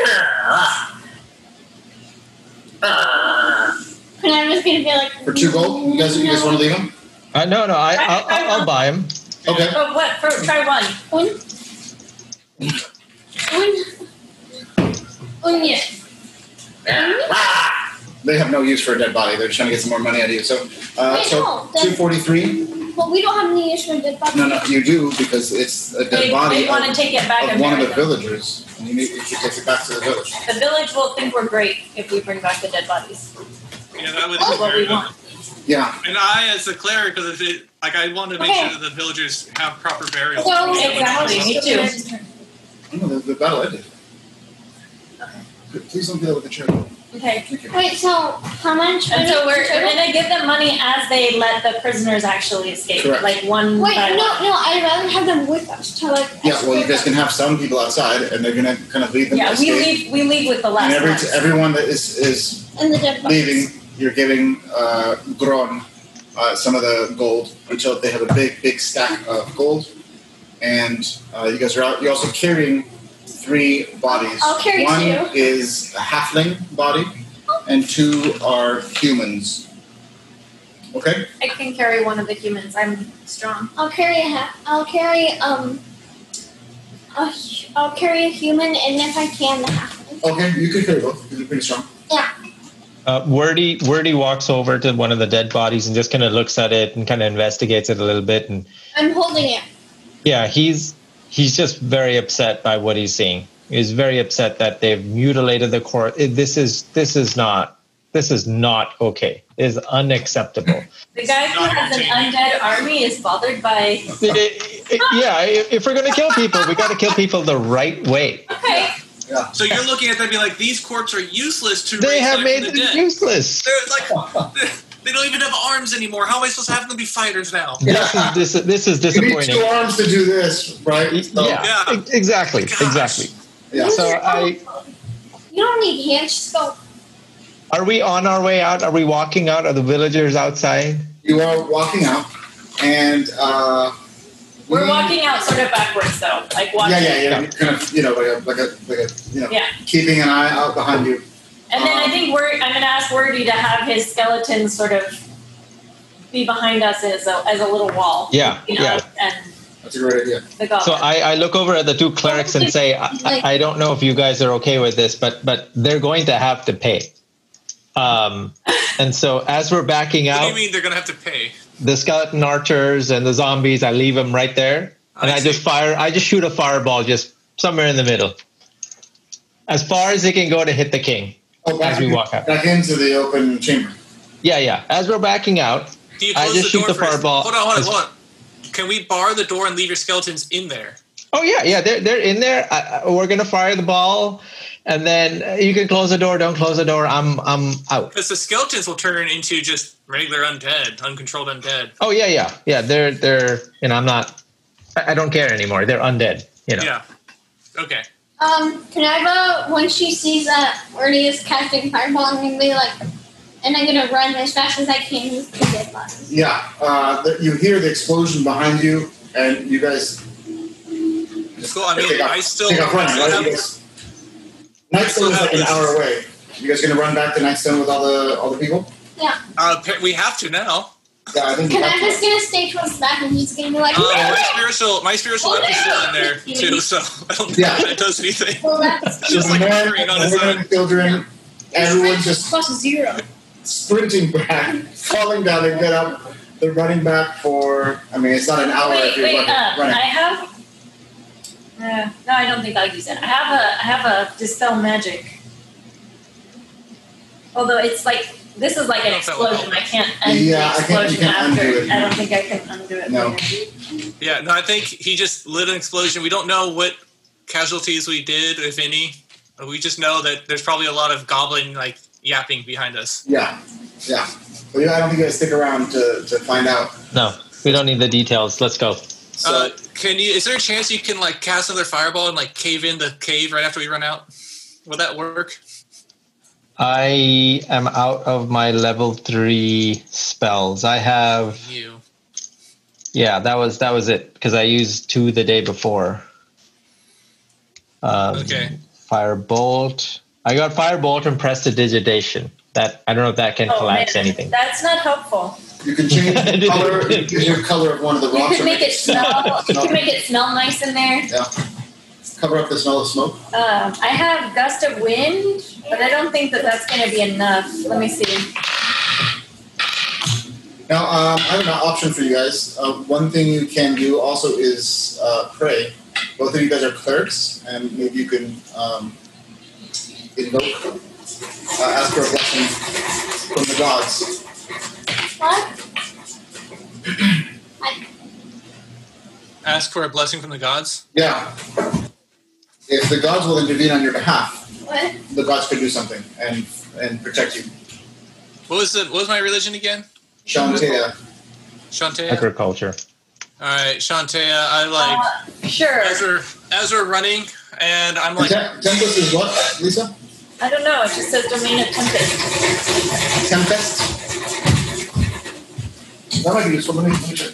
S2: And I'm just gonna be like,
S5: For two gold? You guys, you guys want to leave them?
S4: Uh, no, no, I, I'll, I'll, I'll buy him.
S5: Okay.
S7: But what? For, try one.
S2: Un, un, onion.
S5: They have no use for a dead body. They're just trying to get some more money out of you. So, uh,
S2: Wait,
S5: so
S2: no, that's-
S5: two forty-three.
S2: But we don't have any use for dead bodies.
S5: No, no, you do because it's a dead
S7: They,
S5: body
S7: they want to
S5: of,
S7: take it back
S5: of
S7: and
S5: one of
S7: bury
S5: the
S7: them.
S5: villagers, and you need you should take it back to the village.
S7: The village will think we're great if we bring back the dead bodies.
S3: Yeah, that would
S6: Oh,
S7: That's what
S3: fair
S7: we
S3: enough.
S7: want.
S5: Yeah.
S3: And I, as the cleric, because it, like I want to make
S2: Okay.
S3: sure that the villagers have proper burial.
S2: So-
S7: Exactly. Me too.
S5: Oh, no, the, the battle ended. Please don't do that with the chair.
S7: Okay.
S5: Thank you.
S2: Wait, so how much?
S7: And so we're, we're
S2: Wait,
S7: gonna give them money as they let the prisoners actually escape,
S5: Correct.
S7: like one
S2: no, no,
S7: by one.
S2: I'd rather have them with us to like.
S5: Yeah. Well, you guys can have some people outside, and they're gonna kind of leave them.
S7: Yeah, we
S5: escape.
S7: leave. We leave with the
S5: And
S7: last
S5: every
S7: ones.
S5: everyone that is is
S2: And the dead bodies.
S5: leaving, you're giving uh, Gron uh, some of the gold until they have a big, big stack of gold. And uh, you guys are out. You're also carrying three bodies.
S2: I'll carry
S5: One
S2: two.
S5: is a halfling body, and two are humans. Okay?
S7: I can carry one of the humans. I'm strong.
S2: I'll carry a ha- I'll carry um. A hu- I'll carry a human, and if I can, the halfling.
S5: Okay, you can carry both. You're pretty strong.
S4: Uh, Wordy Wordy walks over to one of the dead bodies and just kind of looks at it and kind of investigates it a little bit. And
S2: I'm holding it.
S4: yeah, he's he's just very upset by what he's seeing. He's very upset that they've mutilated the core. It- This is this is not this is not okay. It is unacceptable.
S7: The guy who has an undead army is bothered by.
S4: It- it- it- yeah, if, if we're gonna kill people, we gotta kill people the right way.
S7: Okay.
S3: So you're looking at them being like, these corpses are useless to
S4: They
S3: raise
S4: have
S3: life
S4: made
S3: from
S4: them
S3: the dead.
S4: useless.
S3: They're like, they don't even have arms anymore. How am I supposed to have them be fighters now?
S4: This is this, is- this is
S5: You need two
S4: disappointing.
S5: arms to do this, right? So,
S4: Yeah,
S3: Yeah.
S4: e- exactly,
S3: Gosh.
S4: exactly.
S5: yeah.
S4: So I-
S2: You don't need hands, just go.
S4: Are we on our way out? Are we walking out? Are the villagers outside?
S5: You are walking out, and uh,
S6: We're
S5: we-
S6: walking out sort of backwards though, like
S5: Yeah,
S6: walking.
S5: yeah, yeah. Kind of, you know, like a, like a, like a, you know,
S6: Yeah.
S5: keeping an eye out behind you.
S6: And then I think we're, I'm gonna ask Wordy to have his skeleton sort of be behind us as a, as a little wall.
S4: Yeah,
S6: You know,
S4: yeah.
S6: and
S5: That's a great idea.
S6: the goblin.
S4: So uh, I, I look over at the two clerics and say, I, I- I don't know if you guys are okay with this, but but they're going to have to pay. Um, and so as we're backing
S3: What do
S4: out,
S3: you mean they're gonna have to pay?
S4: the skeleton archers and the zombies, I leave them right there, and
S3: I
S4: I, just
S3: see.
S4: fire. I just shoot a fireball just somewhere in the middle, as far as it can go to hit the king.
S5: Oh,
S4: As we walk out.
S5: back into the open chamber.
S4: Yeah, yeah. As we're backing out,
S3: Do you
S4: I
S3: close
S4: just
S3: the
S4: shoot
S3: door
S4: the
S3: first?
S4: fireball.
S3: Hold on, hold on,
S4: It's-
S3: hold on. Can we bar the door and leave your skeletons in there?
S4: oh yeah, yeah, they're they're in there. I, I, we're gonna fire the ball, and then uh, you can close the door. Don't close the door. I'm I'm out.
S3: Because the skeletons will turn into just regular undead, uncontrolled undead.
S4: Oh yeah, yeah, yeah. They're they're and I'm not. I, I don't care anymore. They're undead. You know.
S3: Yeah. Okay.
S2: Um, Canava, when she sees that Ernie is casting fireball, I'm gonna be like, and I'm gonna run as fast as I can with the dead body.
S5: Yeah, uh, the, you hear the explosion behind you, and you guys.
S3: Just go- I mean,
S5: take off-
S3: I still-
S5: take off running.
S3: I
S5: Right?
S3: have-
S5: You guys, Nightstone is like an hour away. You guys gonna run back to Nightstone with all the all the people?
S3: Uh, pa- we have to now.
S5: Yeah, I think. you have to.
S2: Canava's gonna stay towards the back and he's gonna be like,
S3: Uh, my
S2: "Really?"
S3: spiritual, my spiritual
S2: Oh,
S3: epi's still
S2: yeah.
S3: in there too, so I don't think
S5: Yeah.
S3: that does anything.
S2: Well, that's
S3: It's just like
S5: The man,
S3: firing on his
S5: women,
S3: own.
S5: Children, everyone just
S2: plus zero.
S5: sprinting back, falling down. They get up. They're running back for. I mean, it's not an hour
S6: wait,
S5: if you're
S6: wait,
S5: running.
S6: uh,
S5: running.
S6: I have. Uh, no, I don't think I'll use it. I have a, I have a dispel magic. Although it's like this is like an
S3: I don't know if that will
S6: explosion. I
S3: help.
S6: can't
S5: Yeah,
S6: undo the
S5: I think you can undo
S6: explosion after.
S5: it.
S6: I don't think I can undo it.
S5: No.
S6: later.
S3: Yeah, no, I think he just lit an explosion. We don't know what casualties we did, if any. We just know that there's probably a lot of goblin like yapping behind us.
S5: Yeah, yeah. But yeah, I don't think you guys stick around to, to find out.
S4: No, we don't need the details. Let's go.
S5: So
S3: uh, can you? Is there a chance you can like cast another fireball and like cave in the cave right after we run out? Will that work?
S4: I am out of my level three spells. I have
S3: You.
S4: yeah, that was that was it because I used two the day before. Um,
S3: Okay.
S4: Firebolt. I got firebolt and prestidigitation. That I don't know if that can
S6: Oh,
S4: collapse
S6: man,
S4: anything.
S6: That's not helpful.
S5: you can change the color, you can change the color of one of the
S7: You
S5: rocks.
S7: could
S5: or
S7: make it smell. You
S5: Smell.
S7: could make it smell nice in there.
S5: cover up the smell of smoke.
S6: Um, I have gust of wind, but I don't think that that's going to be enough. Let me see.
S5: Now, um, I have an option for you guys. Uh, one thing you can do also is uh, pray. Both of you guys are clerics, and maybe you can um, invoke, uh, ask for a blessing from the gods.
S2: What?
S3: Ask for a blessing from the gods.
S5: Yeah. If the gods will intervene on your behalf,
S2: What?
S5: the gods could do something and and protect you.
S3: What was the? What was my religion again?
S5: Shantea.
S3: Shantea.
S4: Agriculture.
S3: All right, Shantea. I like
S6: Uh, Sure.
S3: as we're as we're running, and I'm
S5: Like,
S3: like,
S5: Tempest is what, Lisa?
S6: I don't know. It just says domain of tempest.
S5: Tempest? That might be useful. Let me, let me check.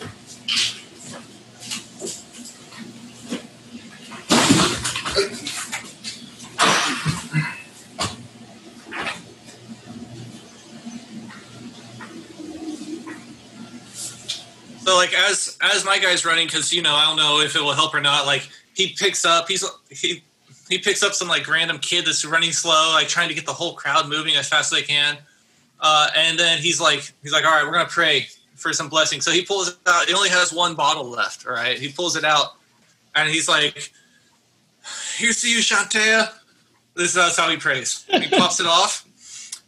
S3: so like as as my guy's running, because you know I don't know if it will help or not. Like he picks up, he's he he picks up some like random kid that's running slow, like trying to get the whole crowd moving as fast as they can. Uh, and then he's like, he's like, all right, we're gonna pray for some blessing. So he pulls it out. He only has one bottle left. All right, he pulls it out, and he's like, "Here's to you, Shantea." This is how he prays. He pops it off,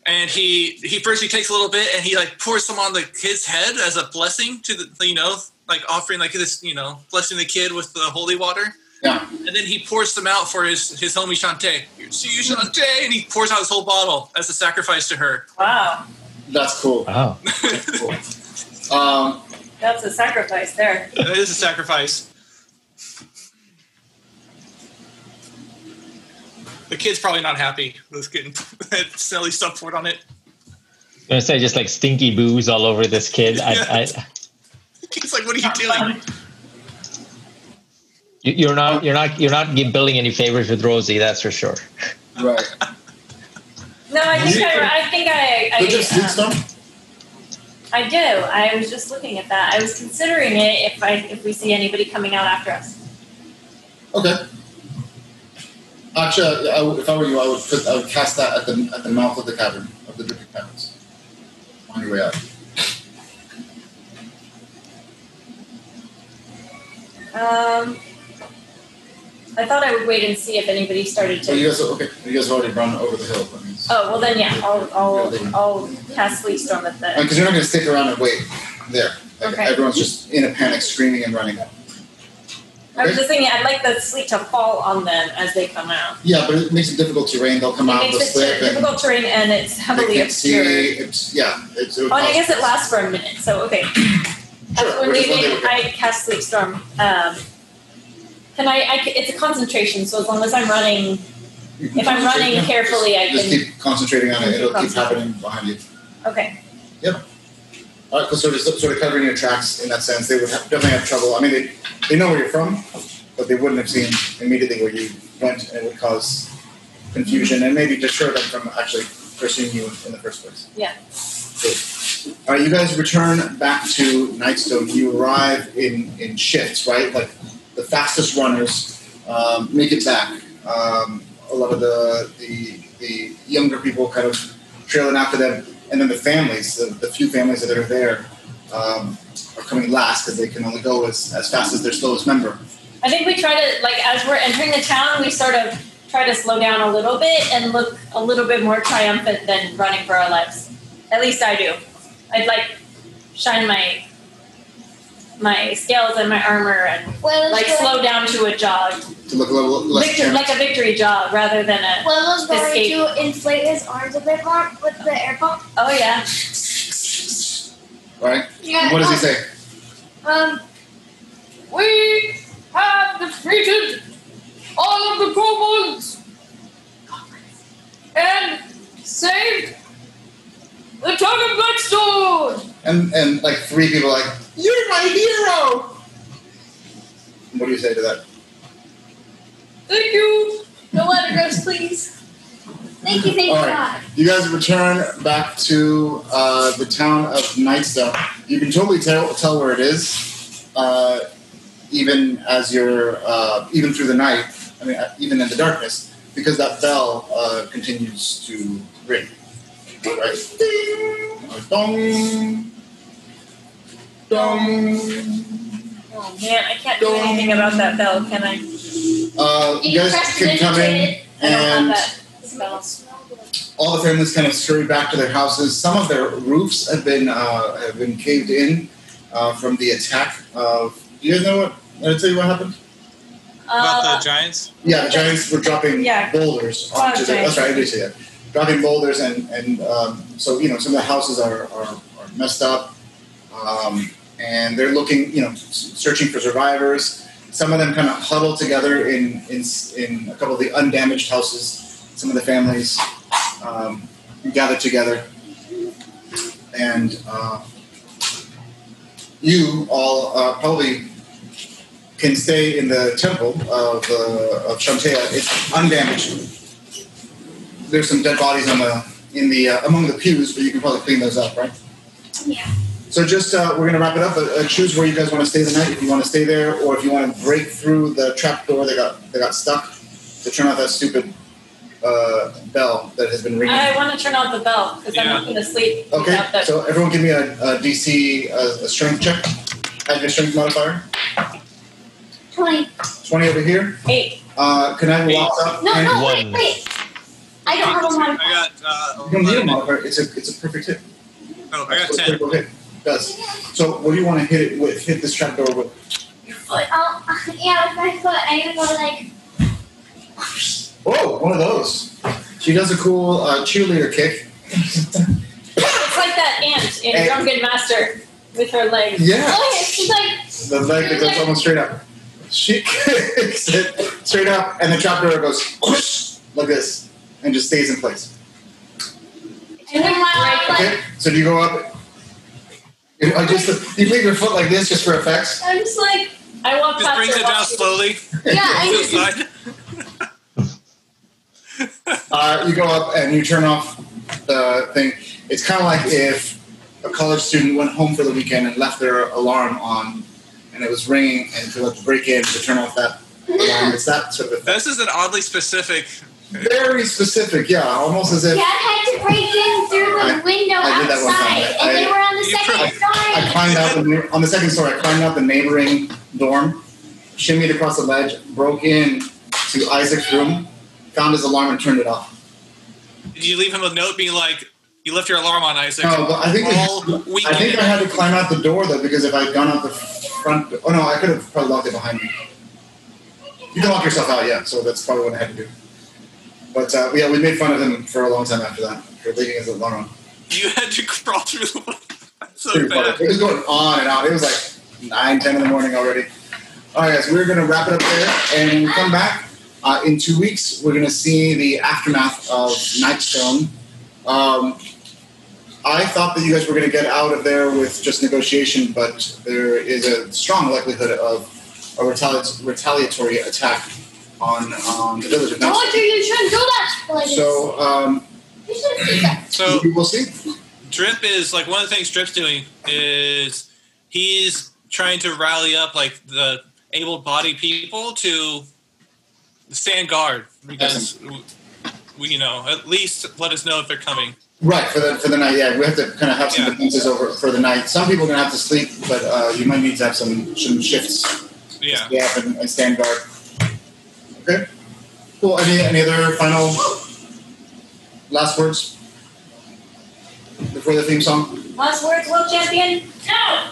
S3: and he he first he takes a little bit and he like pours some on the kid's head as a blessing to the you know like offering like this you know blessing the kid with the holy water.
S5: Yeah.
S3: And then he pours some out for his his homie Shantae. Here's to you, Shantae, and he pours out his whole bottle as a sacrifice to her.
S6: Wow.
S5: That's cool.
S4: Wow.
S5: cool. Um,
S6: That's a sacrifice there.
S3: That is a sacrifice. The kid's probably not happy with getting that smelly stuff poured on it.
S4: gonna say just like stinky booze all over this kid. I, I,
S3: He's like, what are you doing?
S4: you- you're not, you're not, you're not building any favors with Rosie. That's for sure.
S5: Right.
S6: No, I think I, I think
S5: They just did
S6: I, I, um,
S5: some.
S6: I do. I was just looking at that. I was considering it if I if we see anybody coming out after us.
S5: Okay. Actually, I, would- if I were you, I would put, I would cast that at the at the mouth of the cavern of the different caverns on your way out.
S6: Um, I thought I would wait and see if anybody started
S5: So you
S6: to.
S5: guys, okay, you guys have already run over the hill. That means
S6: Oh well, then yeah, I'll I'll, I'll cast sleep storm at the.
S5: because you're not going to stick around and wait there. Like,
S6: Okay.
S5: Everyone's just in a panic, screaming and running.
S6: I was just thinking I'd like the sleet to fall on them as they come out.
S5: Yeah, but it makes it difficult terrain. They'll come out,
S6: It
S5: they'll
S6: makes it
S5: slip, and
S6: difficult terrain and it's
S5: they
S6: heavily
S5: can't see.
S6: obscured.
S5: It's yeah. It's, it
S6: Oh,
S5: would
S6: and I
S5: cause-
S6: guess it lasts for a minute, so okay.
S5: Sure,
S6: When
S5: which
S6: we
S5: is what they
S6: leave,
S5: would do.
S6: I cast sleep storm. Um, can I, I? c- It's a concentration, so as long as I'm running,
S5: You can
S6: if I'm
S5: concentrate,
S6: running
S5: yeah.
S6: carefully, I
S5: Just
S6: can.
S5: keep concentrating on it. It'll keep
S6: Concentrate.
S5: happening behind you.
S6: Okay,
S5: All right, Uh, so sort of, sort of covering your tracks in that sense. They would have, definitely have trouble. I mean, they, they know where you're from, but they wouldn't have seen immediately where you went, and it would cause confusion and maybe deter them from actually pursuing you in the first place.
S6: Yeah.
S5: Cool. All right, you guys return back to Nightstone. You arrive in, in shifts, right? Like the fastest runners um, make it back. Um, a lot of the, the the younger people kind of trailing after them, and then the families, the, the few families that are there, um, are coming last because they can only go as, as fast as their slowest member.
S6: I think we try to like as we're entering the town, we sort of try to slow down a little bit and look a little bit more triumphant than running for our lives. At least I do. I'd like shine my my scales and my armor and
S2: Well,
S6: like
S2: it's good.
S6: slow down to a jog,
S5: To look a little less
S6: victor, like a victory jog rather than a
S2: Well, is going
S6: Escape.
S2: to inflate his arms a bit more with the air pump.
S6: oh yeah.
S5: All right.
S2: Yeah.
S5: what does he say?
S2: Um,
S8: We have defeated all of the kobolds and saved the town of Blackstone.
S5: And and like three people are like, you're my hero. What do you say to that?
S8: Thank you.
S2: no letter goes, please. Thank you, thank you,
S5: All
S2: God.
S5: right. You guys return back to uh, the town of Nightstone. You can totally tell, tell where it is, uh, even as you're uh, even through the night. I mean, uh, even in the darkness, because that bell uh, continues to ring. Right. Ding, dong, dong.
S6: Oh man, Oh, I can't do anything about that bell, can I?
S5: Uh, you guys
S2: press
S5: can come in
S2: digitate
S6: I don't have
S5: and
S6: that spell.
S5: all the families kind of scurry back to their houses. Some of their roofs have been uh, have been caved in uh, from the attack of. Do you guys know what? Did I tell you what happened?
S3: About
S6: Uh,
S3: the Giants?
S5: Yeah, the giants were dropping
S6: Yeah.
S5: boulders
S6: Oh,
S5: onto the. That's
S6: giants.
S5: right, I did say that. Dropping boulders and and um, so you know some of the houses are are, are messed up, um, and they're looking you know s- searching for survivors. Some of them kind of huddle together in in s- in a couple of the undamaged houses. Some of the families um, gather together, and uh, you all uh, probably can stay in the temple of, uh, of Shantea. It's undamaged. There's some dead bodies on the in the uh, among the pews, but you can probably clean those up, right?
S2: Yeah.
S5: So just uh, we're gonna wrap it up. Uh, uh, choose where you guys want to stay the night. If you want to stay there, or if you want to break through the trap door that got that got stuck to turn off that stupid uh, bell that has been ringing.
S6: I want to turn out the bell because I'm
S3: Yeah.
S6: not going to sleep
S5: okay.
S6: without that.
S5: So everyone, give me a, a DC uh, a strength check. Add your strength modifier.
S2: 20.
S5: Twenty over here.
S6: Eight.
S5: Uh, can I have a
S4: Eight.
S5: laptop?
S2: No,
S5: Can I-
S2: no,
S4: One.
S2: wait, wait. I don't have a
S3: I
S2: one.
S3: got, uh,
S5: You don't need a
S3: 11.
S5: modifier. It's a it's a perfect hit.
S3: Oh, I got
S5: It's a
S3: 10.
S5: critical hit. Does so. What do you want to hit it with? Hit this trapdoor with?
S2: Foot. Oh, yeah, with my foot. I even go like,
S5: Oh, one of those. She does a cool uh, cheerleader kick.
S6: It's like that ant in
S5: Eight.
S6: Drunken Master with her legs.
S5: yeah,
S2: oh, yeah, she's like,
S5: the leg that goes almost straight up. She kicks it straight up, and the trapdoor goes whoosh, like this, and just stays in place.
S2: And meanwhile, I'm like,
S5: Okay, so do you go up? You- I just you leave your foot like this just for effects.
S7: I'm just like, I walk
S3: Just brings
S7: past her.
S3: it down
S7: walk-
S3: slowly.
S2: yeah, I,
S3: Side.
S5: Uh, you go up and you turn off the thing. It's kind of like if a college student went home for the weekend and left their alarm on, and it was ringing, and to like break in to turn off that alarm. It's that sort of effect.
S3: This is an oddly specific.
S5: Very specific, yeah, almost as if.
S2: Dad had to break in through the window
S5: I did that one time.
S2: outside, and they
S5: I-
S2: were on the
S3: You
S2: second
S5: I
S2: story.
S5: climbed out the, neigh- on the second story. I climbed out the neighboring dorm, shimmied across the ledge, broke in to Isaac's room, found his alarm, and turned it off.
S3: Did you leave him a note being like, "You left your alarm on, Isaac"?
S5: No, but I think
S3: all
S5: I think
S3: weekend.
S5: I had to climb out the door though because if I'd gone out the front, oh no, I could have probably locked it behind me. You can lock yourself out, yeah. So that's probably what I had to do. But uh, yeah, we made fun of him for a long time after that for leaving his alarm on.
S3: you had to crawl through the window. That's so
S5: Pretty
S3: bad.
S5: funny. It was going on and on. It was like 9, 10 in the morning already. All right, guys, we're going to wrap it up there. And when we come back uh, in two weeks, we're going to see the aftermath of Nightstone. Um, I thought that you guys were going to get out of there with just negotiation, but there is a strong likelihood of a retali- retaliatory attack on um, the village of
S2: Told you
S5: Nightstone.
S2: you shouldn't do that. Well, I didn't.
S5: So um,
S2: you shouldn't do that.
S3: So
S5: we will see.
S3: Drip is like one of the things Drip's doing is he's trying to rally up like the able-bodied people to stand guard because we, you know, at least let us know if they're coming.
S5: Right for the for the night. Yeah, we have to kind of have some
S3: Yeah.
S5: defenses over for the night. Some people are gonna have to sleep, but uh, you might need to have some some shifts.
S3: Yeah.
S5: Yeah, and, and stand guard. Okay. Cool. Any any other final last words before the theme song?
S7: Last words, world champion.
S6: No!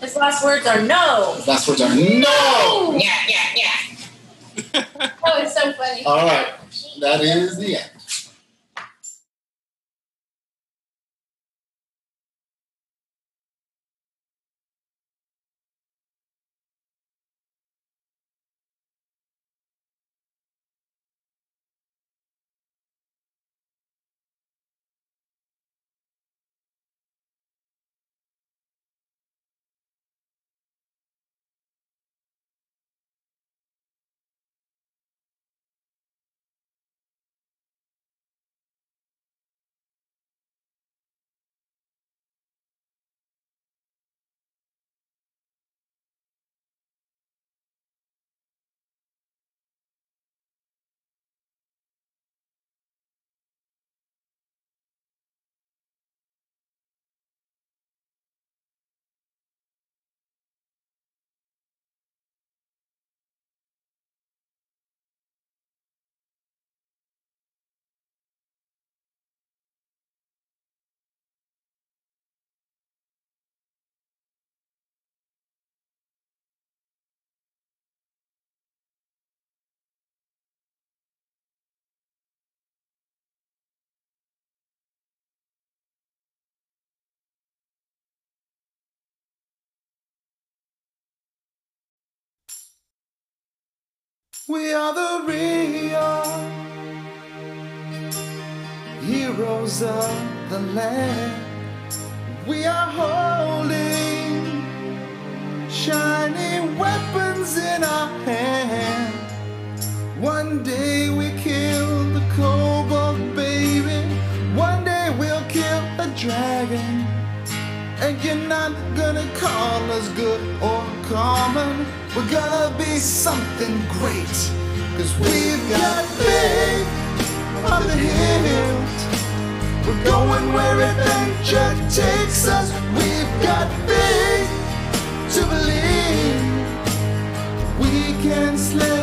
S7: His last words are no.
S5: Last words are no.
S7: Yeah, yeah, yeah.
S2: Oh, it's so funny.
S5: All right, that is the end.
S1: We are the real heroes of the land. We are holding shiny weapons in our hand. One day we kill the cobalt baby. One day we'll kill the dragon. And you're not gonna call us good or common. We're gonna be something great. Cause we've got big on the hill. We're going where adventure takes us. We've got big to believe. We can slay